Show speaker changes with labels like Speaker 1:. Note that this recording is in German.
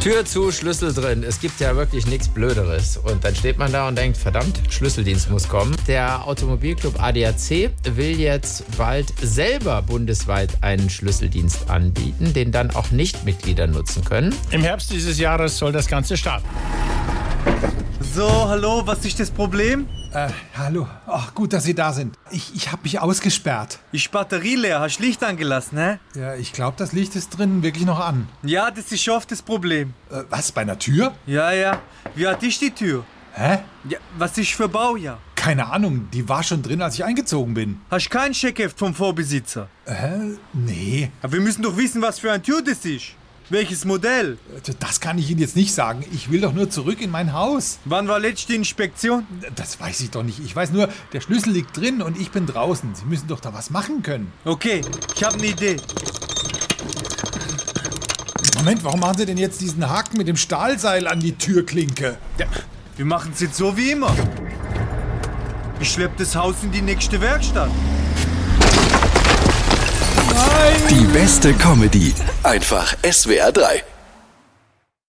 Speaker 1: Tür zu, Schlüssel drin. Es gibt ja wirklich nichts Blöderes. Und dann steht man da und denkt, verdammt, Schlüsseldienst muss kommen. Der Automobilclub ADAC will jetzt bald selber bundesweit einen Schlüsseldienst anbieten, den dann auch Nichtmitglieder nutzen können.
Speaker 2: Im Herbst dieses Jahres soll das Ganze starten.
Speaker 3: So, hallo, was ist das Problem?
Speaker 4: Äh, hallo. Ach, gut, dass Sie da sind. Ich, ich habe mich ausgesperrt.
Speaker 3: Ist Batterie leer, hast Licht angelassen, hä?
Speaker 4: Ja, ich glaube, das Licht ist drinnen wirklich noch an.
Speaker 3: Ja, das ist schon oft das Problem.
Speaker 4: Äh, was, bei einer Tür?
Speaker 3: Ja, ja. Wie alt ist die Tür?
Speaker 4: Hä?
Speaker 3: Ja, was ist für Baujahr?
Speaker 4: Keine Ahnung, die war schon drin, als ich eingezogen bin.
Speaker 3: Hast kein Scheckheft vom Vorbesitzer?
Speaker 4: Äh, nee.
Speaker 3: Aber wir müssen doch wissen, was für eine Tür das ist. Welches Modell?
Speaker 4: Äh, Das kann ich Ihnen jetzt nicht sagen. Ich will doch nur zurück in mein Haus.
Speaker 3: Wann war letzte Inspektion?
Speaker 4: Das weiß ich doch nicht. Ich weiß nur, der Schlüssel liegt drin und ich bin draußen. Sie müssen doch da was machen können.
Speaker 3: Okay, ich habe eine Idee.
Speaker 4: Moment, warum machen Sie denn jetzt diesen Haken mit dem Stahlseil an die Türklinke?
Speaker 3: Ja, wir machen es jetzt so wie immer. Ich schlepp das Haus in die nächste Werkstatt.
Speaker 5: Die beste Comedy. Einfach SWR 3.